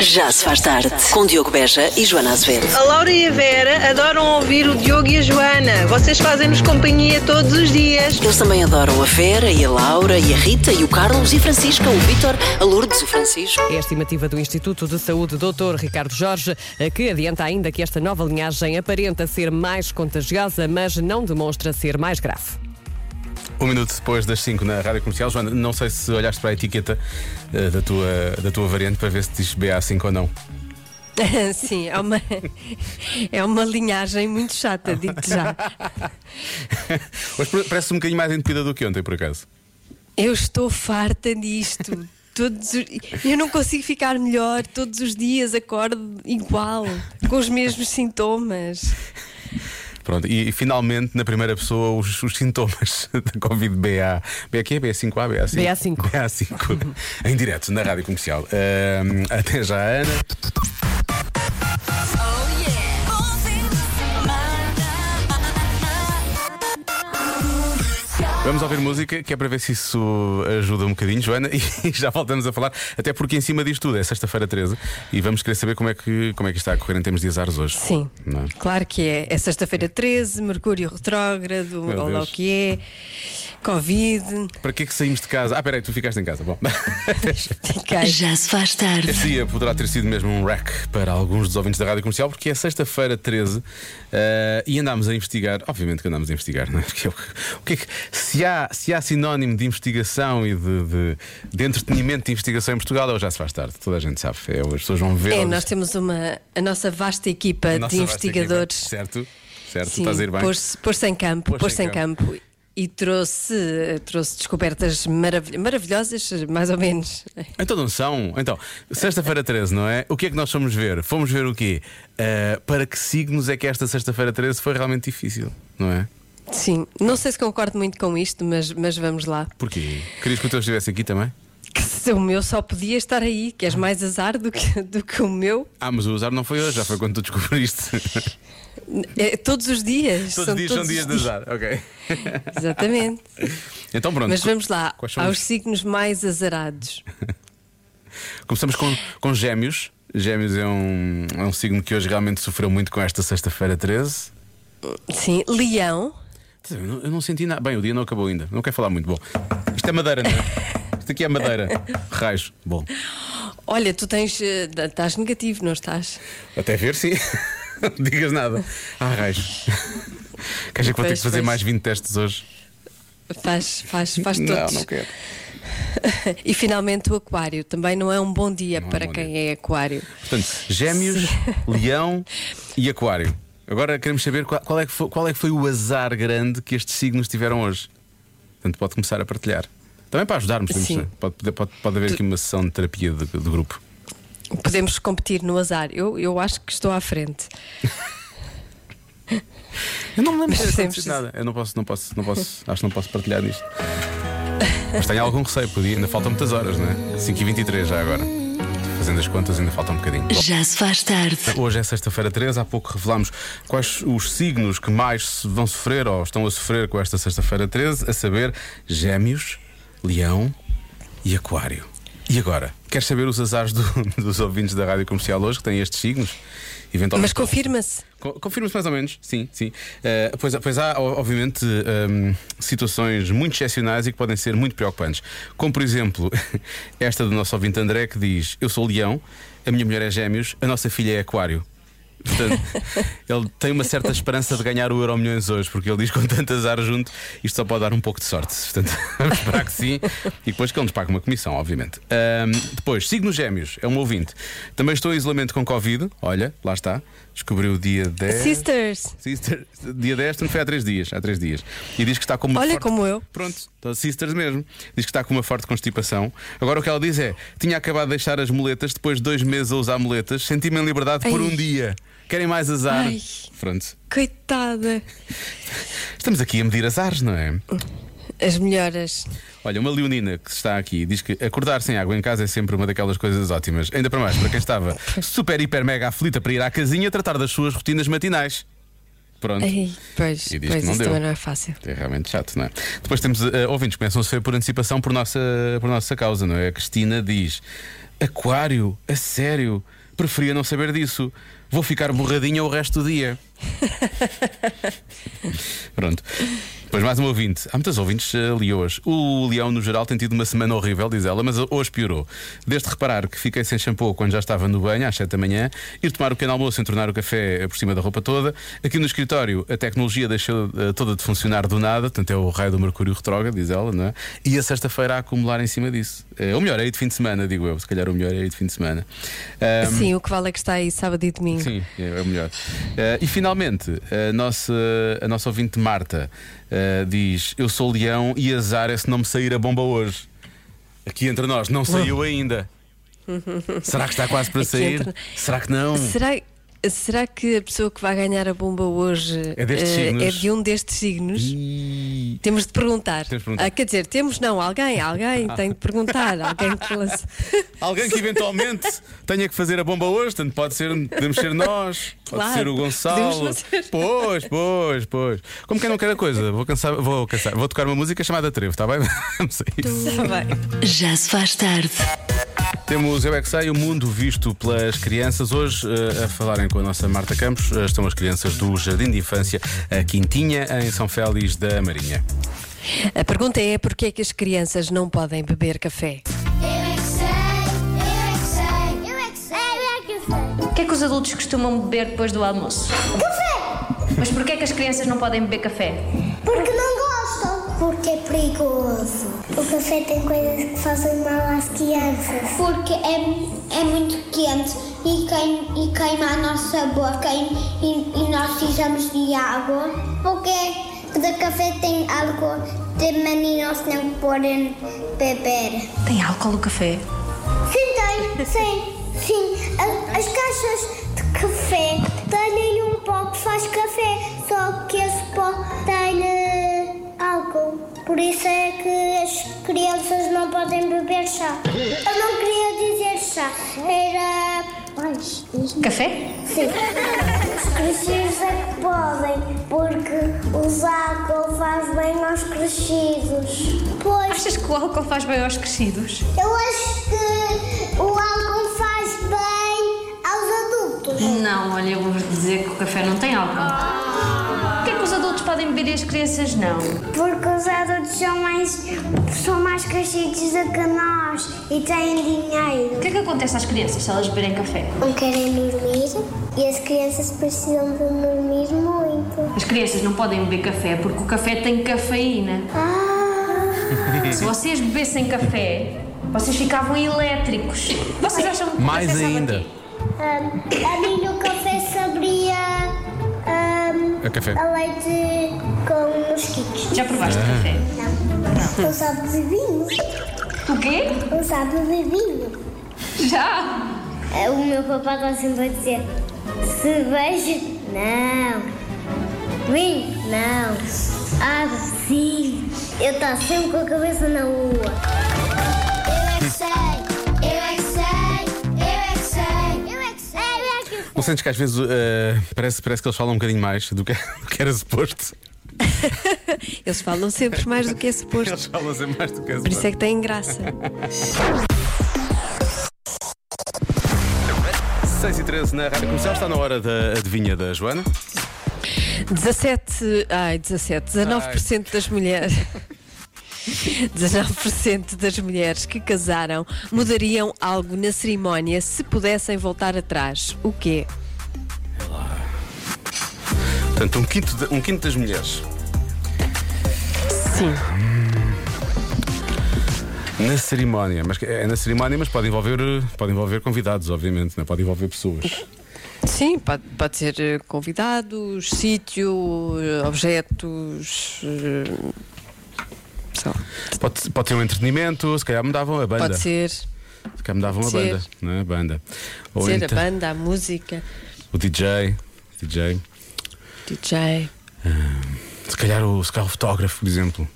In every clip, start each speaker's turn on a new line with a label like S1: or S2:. S1: Já se faz tarde, com Diogo Beja e Joana Azevedo.
S2: A Laura e a Vera adoram ouvir o Diogo e a Joana. Vocês fazem-nos companhia todos os dias.
S1: Eles também adoram a Vera e a Laura e a Rita e o Carlos e a Francisca, o Vítor, a Lourdes, o Francisco.
S3: É a estimativa do Instituto de Saúde Dr. Ricardo Jorge, eh, que adianta ainda que esta nova linhagem aparenta ser mais contagiosa, mas não demonstra ser mais grave.
S4: Um minuto depois das 5 na rádio comercial, Joana, não sei se olhaste para a etiqueta eh, da, tua, da tua variante para ver se diz BA5 ou não.
S5: Sim, é uma, é uma linhagem muito chata, digo-te já.
S4: Hoje pa- parece um bocadinho mais entupida do que ontem, por acaso.
S5: Eu estou farta disto. Todos os- eu não consigo ficar melhor. Todos os dias acordo igual, com os mesmos sintomas.
S4: Pronto, e, e finalmente, na primeira pessoa, os, os sintomas da Covid BA. BA que é? BA5A?
S3: BA5.
S4: BA5? BA5. em direto, na rádio comercial. Ahm, até já, Ana. Vamos ouvir música, que é para ver se isso ajuda um bocadinho, Joana, e já voltamos a falar, até porque em cima disto tudo é sexta-feira 13 e vamos querer saber como é que, como é que está a correr em termos de azares hoje.
S5: Sim,
S4: Não é?
S5: claro que é. É sexta-feira 13, Mercúrio retrógrado,
S4: Meu
S5: olha lá o
S4: Deus.
S5: que é, Covid.
S4: Para que é que saímos de casa? Ah, peraí, tu ficaste em casa. Bom.
S5: Fiquei.
S1: Já se faz tarde,
S4: Este dia poderá ter sido mesmo um wreck para alguns dos ouvintes da rádio comercial, porque é sexta-feira 13 eh, e andámos a investigar. Obviamente que andámos a investigar, não é? Porque é o que- o que é que- se, há, se há sinónimo de investigação e de, de- de entretenimento de investigação em Portugal, é o já se faz tarde, toda a gente sabe. É, as pessoas vão ver.
S5: É,
S4: elas-
S5: nós temos uma, a nossa vasta equipa
S4: a nossa
S5: de
S4: vasta equipa,
S5: investigadores.
S4: é Certo, certo,
S5: Sim,
S4: estás a ir bem.
S5: Pôs-se pôs-se em campo,
S4: Pôs-se
S5: pôs-se
S4: em
S5: em campo. e trouxe, trouxe descobertas maravil- maravilhosas, mais ou menos.
S4: Então não são. Então, sexta-feira 13, não é? O que é que nós fomos ver? Fomos ver o quê? Eh, para que signos é que esta sexta-feira 13 foi realmente difícil, não é?
S5: Sim, não sei se concordo muito com isto, mas, mas vamos lá.
S4: Porquê? Querias que o teu estivesse aqui também?
S5: Que se o meu só podia estar aí, que és mais azar do que, do que o meu.
S4: Ah, mas o azar não foi hoje, já foi quando tu descobriste.
S5: É, todos os dias.
S4: Todos os dias são dias de azar, ok.
S5: Exatamente.
S4: Então pronto,
S5: Mas vamos lá
S4: Quais são
S5: aos
S4: os-
S5: signos mais azarados.
S4: começamos com, com gêmeos. Gêmeos é um, é um signo que hoje realmente sofreu muito com esta sexta-feira 13.
S5: Sim, leão.
S4: Eu não, eu não senti nada. Bem, o dia não acabou ainda, não quero falar muito. Bom, isto é madeira, não é? Isto aqui é madeira. Raios. Bom,
S5: Olha, tu tens. eh, Estás negativo, não estás?
S4: até ver, sim. Não digas nada. Ah, raios. Quer dizer que vou ter
S5: Pois,
S4: que fazer
S5: pois.
S4: mais 20 testes hoje?
S5: Faz, faz, faz
S4: não,
S5: todos.
S4: não quero.
S5: E finalmente o aquário também não é um bom dia
S4: é um
S5: para
S4: bom
S5: quem é aquário.
S4: Portanto, gêmeos, leão e aquário. Agora queremos saber qual, qual é que foi, qual é que foi o azar grande que estes signos tiveram hoje. Portanto, pode começar a partilhar. Também para ajudarmos, temos,
S5: Sim.
S4: pode, pode, pode haver aqui uma sessão de terapia de, de grupo.
S5: Podemos competir no azar. Eu, eu acho que estou à frente.
S4: Eu não me lembro
S5: Mas
S4: de ter
S5: sempre
S4: acontecido nada. Eu não posso, não posso, não posso, acho que não posso partilhar disto. Mas tenho algum receio, podia, ainda faltam muitas horas, não é? 5h23 já agora. Fazendo as contas, ainda falta um bocadinho.
S1: já se faz tarde,
S4: Hoje é sexta-feira 13, há pouco revelámos quais os signos que mais se vão sofrer ou estão a sofrer com esta sexta-feira 13, a saber, Gêmeos, Leão e Aquário. E agora? Queres saber os azares do- dos ouvintes da rádio comercial hoje que têm estes signos?
S5: Mas
S4: Eventualmente.
S5: confirma-se.
S4: Co- Confirma-se mais ou menos, sim, sim. Eh, pois, há- pois há, o- obviamente, ehm, situações muito excepcionais e que podem ser muito preocupantes. Como, por exemplo, esta do nosso ouvinte André, que diz: Eu sou leão, a minha mulher é gêmeos, a nossa filha é aquário. Portanto, ele tem uma certa esperança de ganhar o Euro Milhões hoje, porque ele diz que com tanto azar junto, isto só pode dar um pouco de sorte. Portanto, vamos esperar que sim. E depois que ele nos pague uma comissão, obviamente. Ahm, depois, signo gêmeos, é um ouvinte. Também estou em isolamento com Covid. Olha, lá está. Descobriu o dia 10.
S5: Sisters.
S4: Sisters, dia 10, não foi há 3 dias, há três dias. E diz que está com uma
S5: Olha
S4: forte-
S5: como eu.
S4: Pronto, então, Sisters mesmo. Diz que está com uma forte constipação. Agora o que ela diz é: tinha acabado de deixar as muletas, depois de dois meses a usar muletas, senti-me em liberdade por
S5: Ai.
S4: um dia. Querem mais azar?
S5: Ai.
S4: Pronto.
S5: Coitada.
S4: Estamos aqui a medir azares, não é?
S5: As melhoras.
S4: Olha, uma leonina que está aqui diz que acordar sem água em casa é sempre uma daquelas coisas ótimas. Ainda para mais, para quem estava super, hiper, mega aflita para ir à casinha tratar das suas rotinas matinais. Pronto.
S5: Ai, pois,
S4: E diz
S5: pois
S4: que não
S5: isso
S4: deu.
S5: também não é fácil.
S4: É realmente chato, não é? Depois temos eh, ouvintes que começam a sofrer por antecipação por nossa, por nossa causa, não é? A Cristina diz: Aquário, a sério, preferia não saber disso. Vou ficar borradinha o resto do dia. Pronto. Depois mais um ouvinte. Há muitas ouvintes eh, ali hoje. O Leão, no geral, tem tido uma semana horrível, diz ela, mas hoje piorou. Desde reparar que fiquei sem shampoo quando já estava no banho, às 7 da manhã, ir tomar o pequeno almoço, entornar o café eh, por cima da roupa toda. Aqui no escritório, a tecnologia deixou eh, toda de funcionar do nada, portanto é o raio do Mercúrio retrógrado, diz ela, não é? E a sexta-feira a acumular em cima disso. Eh, Ou melhor, é aí de fim de semana, digo eu. Se calhar o melhor é aí de fim de semana. Ahm,
S5: Sim, o que vale é que está aí sábado e domingo.
S4: Hum. Sim, é é o melhor. Eh, e finalmente, a nossa, a nossa ouvinte Marta eh, diz: Eu sou leão e azar é se não me sair a bomba hoje. Aqui entre nós, não saiu ainda. Será que está quase para
S5: Aqui
S4: sair?
S5: entre-
S4: Será que não?
S5: Será, será que a pessoa que vai ganhar a bomba hoje
S4: É destes
S5: eh,
S4: signos?
S5: é de um destes signos?
S4: Ih,
S5: Temos de perguntar.
S4: Temos de perguntar.
S5: Ah, quer dizer, temos não, alguém, alguém tem de perguntar, alguém que lance.
S4: Alguém que eventualmente tenha que fazer a bomba hoje, tanto pode ser, podemos ser nós, pode
S5: Claro,
S4: ser o
S5: podemos
S4: Gonçalo.
S5: não ser.
S4: Pois, pois, pois. Como quem não quer a coisa, vou cansar, vou cansar, vou tocar uma música chamada Trevo, está bem? Vamos a isso.
S5: Está Tá bem.
S1: Já se faz tarde.
S4: Temos Eu é que Sei, o mundo visto pelas crianças. Hoje, eh, a falarem com a nossa Marta Campos, eh, estão as crianças do Jardim de Infância, a Quintinha, em São Félix da Marinha.
S5: A pergunta é porquê é que as crianças não podem beber café?
S6: Eu é que sei, eu é que sei, eu é que sei, eu é que sei.
S7: O que é que os adultos costumam beber depois do almoço?
S6: Café!
S7: Mas porquê é que as crianças não podem beber café?
S6: Porque não gostam. Porque é perigoso. O café tem coisas que fazem mal às crianças. Porque é, é muito quente e, queim- e queima a nossa boca e, e- e nós precisamos de água. Porque o café tem álcool, também nós não podemos beber.
S7: Tem álcool no café?
S6: Sim, tem, sim, sim. A- As caixas de café têm um pó que faz café, só que esse pó tem eh, álcool. Por isso é que as crianças não podem beber chá. Eu não queria dizer chá, era.
S7: Café?
S6: Sim. Os crescidos é que podem, porque o álcool faz bem aos crescidos. Pois.
S7: Achas que o álcool faz bem aos crescidos?
S6: Eu acho que o álcool faz bem aos adultos.
S7: Não, olha, eu vou-vos dizer que o café não tem álcool. O que é que os adultos podem beber e as crianças não?
S6: Porque os adultos são mais, são mais crescidos do que nós e têm dinheiro.
S7: O que é que acontece às crianças se elas beberem café?
S6: Não querem dormir e as crianças precisam de dormir muito.
S7: As crianças não podem beber café porque o café tem cafeína.
S6: Ah,
S7: Se
S4: Uhum.
S7: vocês bebessem café, vocês ficavam elétricos. Vocês acham que o
S4: Mais
S7: café sabe a
S4: ainda.
S7: quê?
S6: ah, um, a mim no café sabia
S4: A café.
S6: a leite com mosquitos.
S7: Já provaste café?
S4: Ah.
S6: Não. Não sabe de vinho.
S7: O quê?
S6: Não sabe de vinho.
S7: Já!
S6: É, O meu papá está sempre a dizer: cerveja, não. Vinho, não. Água, sim. Eu estou sempre com a cabeça na lua. Eu é que sei, eu é que sei, eu é que sei, eu é que sei, eu é que sei.
S4: Não sentes que às vezes eh, parece, parece que eles falam um bocadinho mais do que, do que era suposto?
S5: Eles falam sempre mais do que é suposto.
S4: Eles falam sempre mais do que era
S5: Por isso
S4: suposto.
S5: é que têm graça.
S4: 6 e 13 na Rádio Comercial está na hora da adivinha da Joana.
S5: 17, ai, 17, 19% das mulheres. 19% das mulheres que casaram mudariam algo na cerimónia se pudessem voltar atrás. O quê?
S4: Portanto, um quinto, de- um quinto das mulheres
S5: Sim.
S4: Hum. na cerimónia. Mas que- é na cerimónia, mas pode envolver, eh, pode envolver convidados, obviamente, não é? pode envolver pessoas.
S5: Sim, pode, pode ser eh, convidados, sítio, eh, objetos. eh, sei lá.
S4: Pode, pode ter um entretenimento, se calhar mudavam a banda.
S5: Pode ser,
S4: Se calhar mudavam a
S5: Pode ser.
S4: banda, não é? A banda. Ou
S5: ser
S4: então-
S5: a banda, a música,
S4: O DJ, DJ.
S5: DJ.
S4: Se calhar o, se calhar o fotógrafo, por exemplo.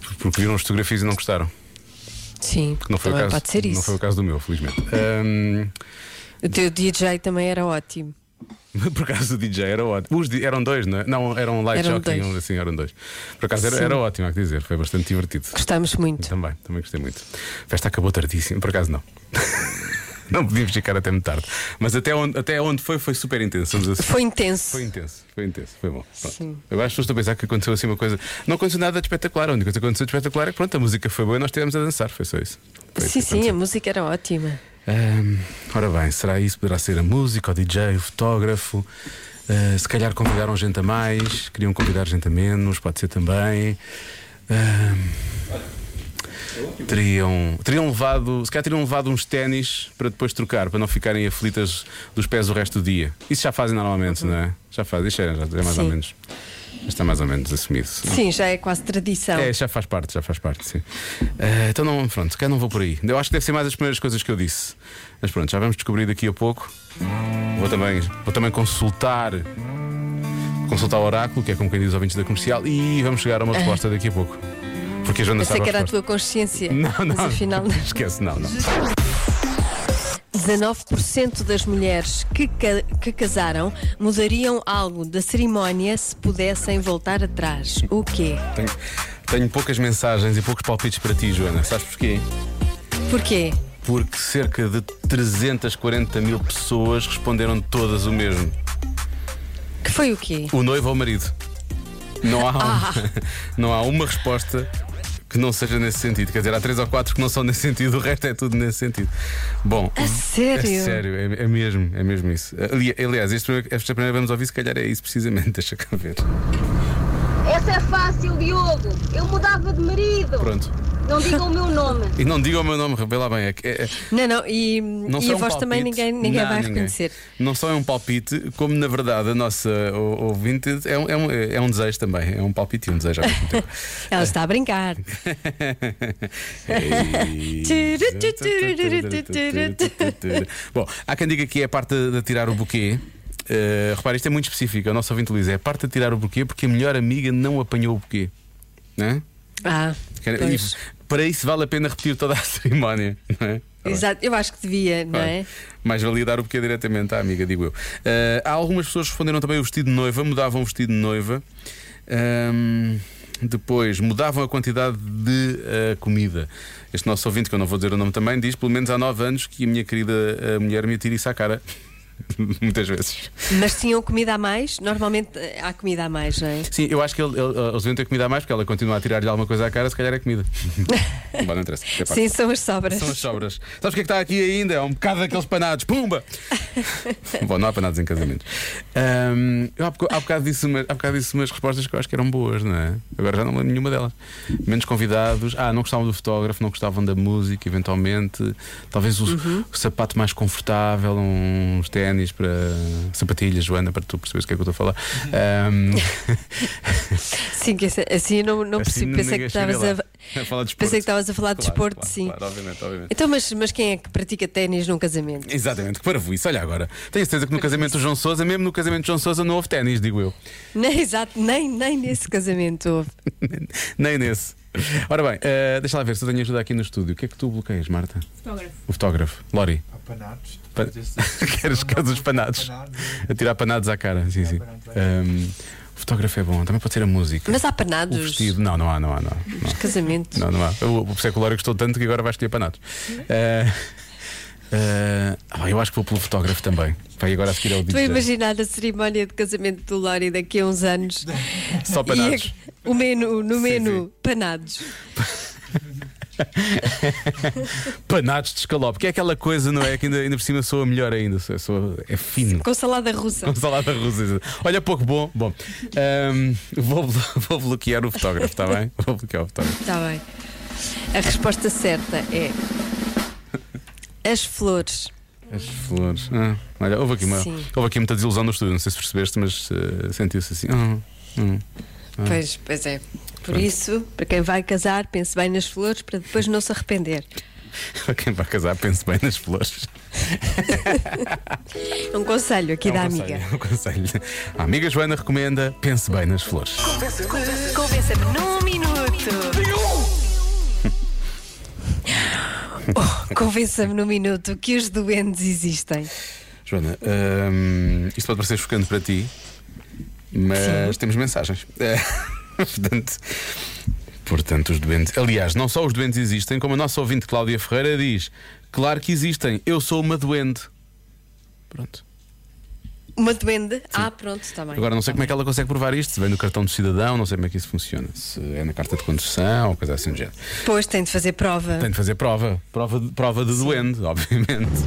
S4: Por- Porque viram as fotografias e não gostaram.
S5: Sim,
S4: Que não foi
S5: também
S4: o caso,
S5: pode ser
S4: Não foi o
S5: isso.
S4: caso do meu, felizmente. Ahm,
S5: O teu DJ também era ótimo.
S4: Por acaso o DJ era ótimo. Os di- eram dois, não é? Não, eram light
S5: Eram
S4: jockey,
S5: dois.
S4: um assim, eram dois. Por acaso era, era ótimo, há que dizer, foi bastante divertido.
S5: Gostamos muito.
S4: Também, também gostei muito. A festa acabou tardíssimo, por acaso não. não podíamos ficar até muito tarde. Mas até onde, até onde foi, foi super intenso. Vamos assim.
S5: Foi intenso.
S4: Foi intenso, foi intenso, foi bom. Pronto. Agora as pessoas estão a pensar que aconteceu assim uma coisa. Não aconteceu nada de espetacular, a única coisa que aconteceu de espetacular é que pronto, a música foi boa e nós estivemos a dançar, foi só isso. Foi isso
S5: Sim,
S4: que
S5: sim, a
S4: aconteceu.
S5: música era ótima.
S4: Ahm, Ehm, ora bem, será isso? Poderá ser a música, o DJ, o fotógrafo? Ah, se calhar convidaram gente a mais, queriam convidar gente a menos, pode ser também. Ahm, teriam, teriam levado, se calhar teriam levado uns ténis para depois trocar, para não ficarem aflitas dos pés o resto do dia. Isso já fazem normalmente, não é? Já fazem, isso é, já é mais ou
S5: Sim.
S4: menos. já Está mais ou menos assumido.
S5: Sim, já é quase tradição.
S4: É, já faz parte, já faz parte, sim. Eh, então não, pronto, se calhar não vou por aí. Eu acho que deve ser mais as primeiras coisas que eu disse. Mas pronto, já vamos descobrir daqui a pouco. Vou também, vou também consultar. Consultar o oráculo, que é como quem diz os ouvintes da comercial, e vamos chegar a uma resposta daqui a pouco. Porque a Joana
S5: Pensei
S4: sabe a
S5: que era a
S4: resposta.
S5: tua consciência.
S4: Não, não.
S5: Mas afinal, não.
S4: Esquece, não, não.
S5: 19% das mulheres que, ca- que casaram mudariam algo da cerimónia se pudessem voltar atrás. O quê?
S4: Tenho, tenho poucas mensagens e poucos palpites para ti, Joana. Sabes porquê?
S5: Porquê?
S4: Porque cerca de 340 mil pessoas responderam todas o mesmo.
S5: Que foi o quê?
S4: O noivo ou o marido? Não há, um.
S5: Ah.
S4: não há uma resposta que não seja nesse sentido. Quer dizer, há três ou quatro que não são nesse sentido, o resto é tudo nesse sentido. Bom.
S5: A sério?
S4: É sério, é, é mesmo, é mesmo isso. Ali- Aliás, este primeiro- esta primeira vamos ouvir, se calhar é isso precisamente, deixa cá ver.
S8: Essa é fácil, Diogo. Eu mudava de marido.
S4: Pronto.
S8: Não digam o meu nome.
S4: E não diga o meu nome, revela bem. É, que- é, é-
S5: Não, não, e,
S4: não
S5: e
S4: só
S5: a
S4: é um
S5: voz também
S4: palpite.
S5: ninguém, ninguém
S4: Não,
S5: vai reconhecer.
S4: Não só é um palpite, como na verdade a nossa o- ouvinte é um, é um, é um desejo também. É um palpite e um desejo ao mesmo tempo.
S5: Ela
S4: É.
S5: está a brincar.
S4: É Bom, há quem diga que é a parte de de tirar o buquê. Uh, repare, isto é muito específico. O nosso ouvinte Luís é a parte de tirar o buquê porque a melhor amiga não apanhou o buquê. Né?
S5: Ah,
S4: Quer-
S5: pois.
S4: e Para isso vale a pena repetir toda a cerimónia. Não é? Tá bem.
S5: Exato, eu acho que devia, não
S4: Claro.
S5: é?
S4: Mais valia dar o buquê diretamente à amiga, digo eu. Ah, há algumas pessoas que responderam também o vestido de noiva, mudavam o vestido de noiva. Ahm, depois mudavam a quantidade de ah, comida. Este nosso ouvinte, que eu não vou dizer o nome também, diz pelo menos há 9 anos que a minha querida ah, mulher me atira isso à cara. Muitas vezes.
S5: Mas tinham comida a mais? Normalmente eh, há comida a mais, não é?
S4: Sim, eu acho que ele- ele- eles deviam ter comida a mais, porque ela continua a tirar-lhe alguma coisa à cara, se calhar é comida. Bom, não interessa. É parte.
S5: Sim, são as sobras.
S4: São as sobras. Sabes o que é que está aqui ainda? É um bocado daqueles panados. Pumba! Bom, não há panados em casamentos. Ahm, eu há, bocado, há, bocado disse uma, há bocado disse umas respostas que eu acho que eram boas, não é? Agora já não me lembro nenhuma delas. Menos convidados. Ah, não gostavam do fotógrafo, não gostavam da música, eventualmente. Talvez o,
S5: Uhum.
S4: o sapato mais confortável, uns ténis para. sapatilhas, Joana, para tu perceberes o que é que eu estou a falar. Ahm,
S5: Sim, que assim, assim eu não, não
S4: assim
S5: percebo.
S4: ninguém
S5: Pensei que
S4: chega
S5: estavas
S4: lá.
S5: a.
S4: falar de
S5: Pensei que
S4: desporto.
S5: estavas a falar de
S4: Claro,
S5: desporto,
S4: claro,
S5: sim.
S4: Claro, obviamente, obviamente.
S5: Então, mas, mas quem é que pratica ténis num casamento?
S4: Exatamente, que parvoíce. Olha agora, tenho certeza que no casamento do João Sousa, mesmo no casamento do João Sousa, não houve ténis, digo eu.
S5: Nem, exato, nem, nem nesse casamento houve.
S4: Nem nesse. Ora bem, eh, deixa lá ver se eu tenho ajuda aqui no estúdio. O que é que tu bloqueias, Marta? Fotógrafo. O fotógrafo. Lori.
S9: Panados.
S4: Pa- Queres que dos panados? A tirar panados à cara. Sim, sim. Ahm, o fotógrafo é bom, também pode ser a música.
S5: Mas há
S4: o
S5: panados.
S4: vestido. Não, não há, não há, não. há, não há.
S5: Casamento.
S4: Não, não há. O, o seculário gostou tanto que agora vais escolher panados. Eh, eh, ah, eu acho que vou pelo fotógrafo também. Vai agora a seguir ao
S5: Estou a
S4: DJ.
S5: imaginar a cerimónia de casamento do Lori daqui a uns anos.
S4: Só
S5: E
S4: panados.
S5: a- o menu, no
S4: Sim,
S5: menu,
S4: sim.
S5: panados.
S4: Panados de escalope, que é aquela coisa, não é? Que ainda, ainda por cima soa melhor ainda, soa, soa- é fino.
S5: Com salada russa.
S4: Com salada russa. Olha, pouco bom. Bom, ahm, vou, blo- vou bloquear o fotógrafo, está bem? Vou bloquear o fotógrafo.
S5: Está Tá bem. A resposta certa é. As flores.
S4: As flores. Ah, olha, houve aqui, uma,
S5: Sim.
S4: houve aqui muita desilusão no estúdio, não sei se percebeste, mas eh, sentiu-se assim. ah, hum.
S5: Pois, pois é. Por isso, para quem vai casar, pense bem nas flores para depois não se arrepender.
S4: Para quem vai casar, pense bem nas flores.
S5: É um conselho aqui
S4: É um
S5: da
S4: conselho,
S5: amiga.
S4: é um conselho. A amiga Joana recomenda: pense bem nas flores.
S5: Convença-me num minuto. Oh, Convença-me num minuto que os duendes existem.
S4: Joana, hum, isto pode parecer chocante para ti, mas temos mensagens. Eh, portanto, portanto, os doentes. Aliás, não só os doentes existem, como a nossa ouvinte Cláudia Ferreira diz: Claro que existem, eu sou uma doente. Pronto.
S5: Uma duende? Ah, pronto, está bem.
S4: Agora não sei como é que ela consegue provar isto, se vem no cartão do cidadão, não sei como é que isso funciona. Se é na carta de condução ou coisa assim do género.
S5: Depois tem de fazer prova.
S4: Tem de fazer prova. Prova de, prova de doente, obviamente.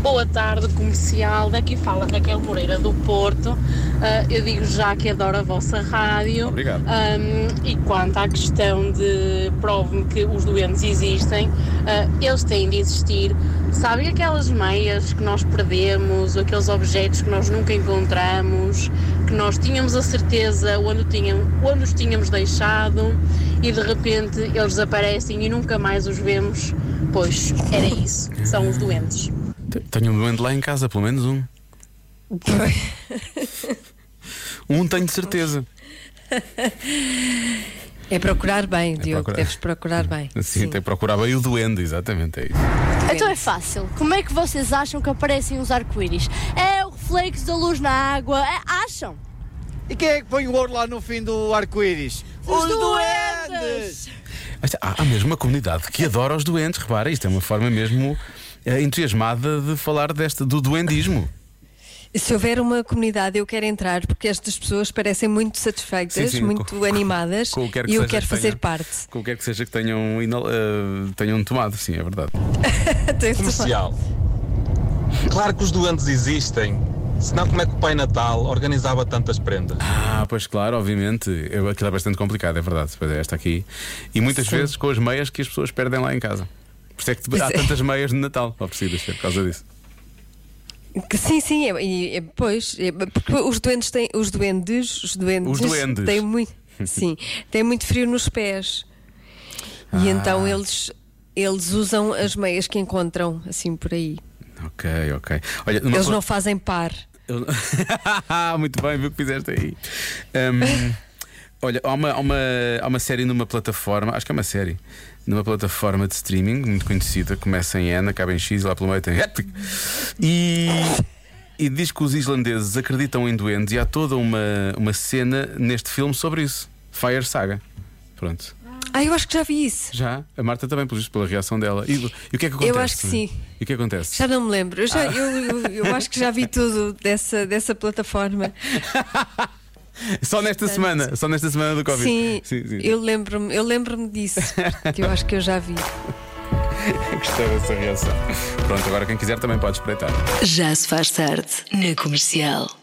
S9: Boa tarde, comercial. Daqui fala Raquel Moreira do Porto. Ah, eu digo já que adoro a vossa rádio.
S4: Obrigado.
S9: Ahm, e quanto à questão de prove-me que os doentes existem, ah, eles têm de existir. Sabem aquelas meias que nós perdemos, ou aqueles objetos que nós nunca encontramos, que nós tínhamos a certeza onde, tinham, onde os tínhamos deixado e de repente eles desaparecem e nunca mais os vemos? Pois era isso, são os doentes.
S4: Tenho um doente lá em casa, pelo menos um. Um tenho de certeza.
S5: É procurar bem, Diogo.
S4: procurar.
S5: Deves procurar bem.
S4: Assim, até procurava aí o doente, exatamente, é isso.
S10: Então é fácil. Como é que vocês acham que aparecem os arco-íris? É o reflexo da luz na água? É- acham?
S11: E quem é que põe o ouro lá no fim do arco-íris?
S10: Os
S11: duendes!
S4: Mas Há, há mesmo uma comunidade que adora os doentes, repara, isto é uma forma mesmo eh, entusiasmada de falar desta, do doendismo.
S5: Se houver uma comunidade, eu quero entrar porque estas pessoas parecem muito satisfeitas,
S4: Sim, sim,
S5: muito
S4: com-
S5: animadas
S4: com o que quer que
S5: e eu
S4: seja
S5: quero
S4: que
S5: fazer
S4: tenham.
S5: parte.
S4: Com o que é que seja que tenham, inal- eh, tenham tomado, sim, é verdade.
S12: comercial. Claro que os doentes existem. Senão, como é que o Pai Natal organizava tantas prendas?
S4: Ah, pois claro, obviamente. Eu- Aquilo é bastante complicado, é verdade. Pois é, esta aqui. E muitas vezes com as meias que as pessoas perdem lá em casa. Por isso é que há tantas meias de Natal oferecidas, é por causa disso.
S5: Que sim, sim, é, e- é- pois, é, porque os doentes têm, os doentes, os doentes,
S4: Os duendes.
S5: têm muito, sim, têm muito frio nos pés.
S4: Ah.
S5: E então eles eles usam as meias que encontram assim por aí.
S4: Ok, ok. Olha, numa
S5: Eles
S4: co-
S5: não fazem par.
S4: Eu- Muito bem, viu o que fizeste aí. Hum, olha, há uma, há, uma, há uma série numa plataforma, acho que é uma série, numa plataforma de streaming muito conhecida, começa em N, acaba em X, lá pelo meio tem Epic. E, e diz que os islandeses acreditam em duendes e há toda uma, uma cena neste filme sobre isso. Fire Saga. Pronto.
S5: Ah, eu acho que já vi isso.
S4: Já, a Marta também, pelo visto, pela reação dela. E, e o que é que acontece?
S5: Eu acho que sim.
S4: E o que acontece?
S5: Já não me lembro. Eu, já-
S4: Ah.
S5: eu- eu- eu acho que já vi tudo dessa, dessa plataforma.
S4: Só nesta semana, só nesta semana do Covid.
S5: Sim,
S4: sim, sim.
S5: eu lembro-me, eu lembro-me disso. que eu acho que eu já vi.
S4: Gostei dessa reação. Pronto, agora quem quiser também pode espreitar.
S1: Já se faz tarde na comercial.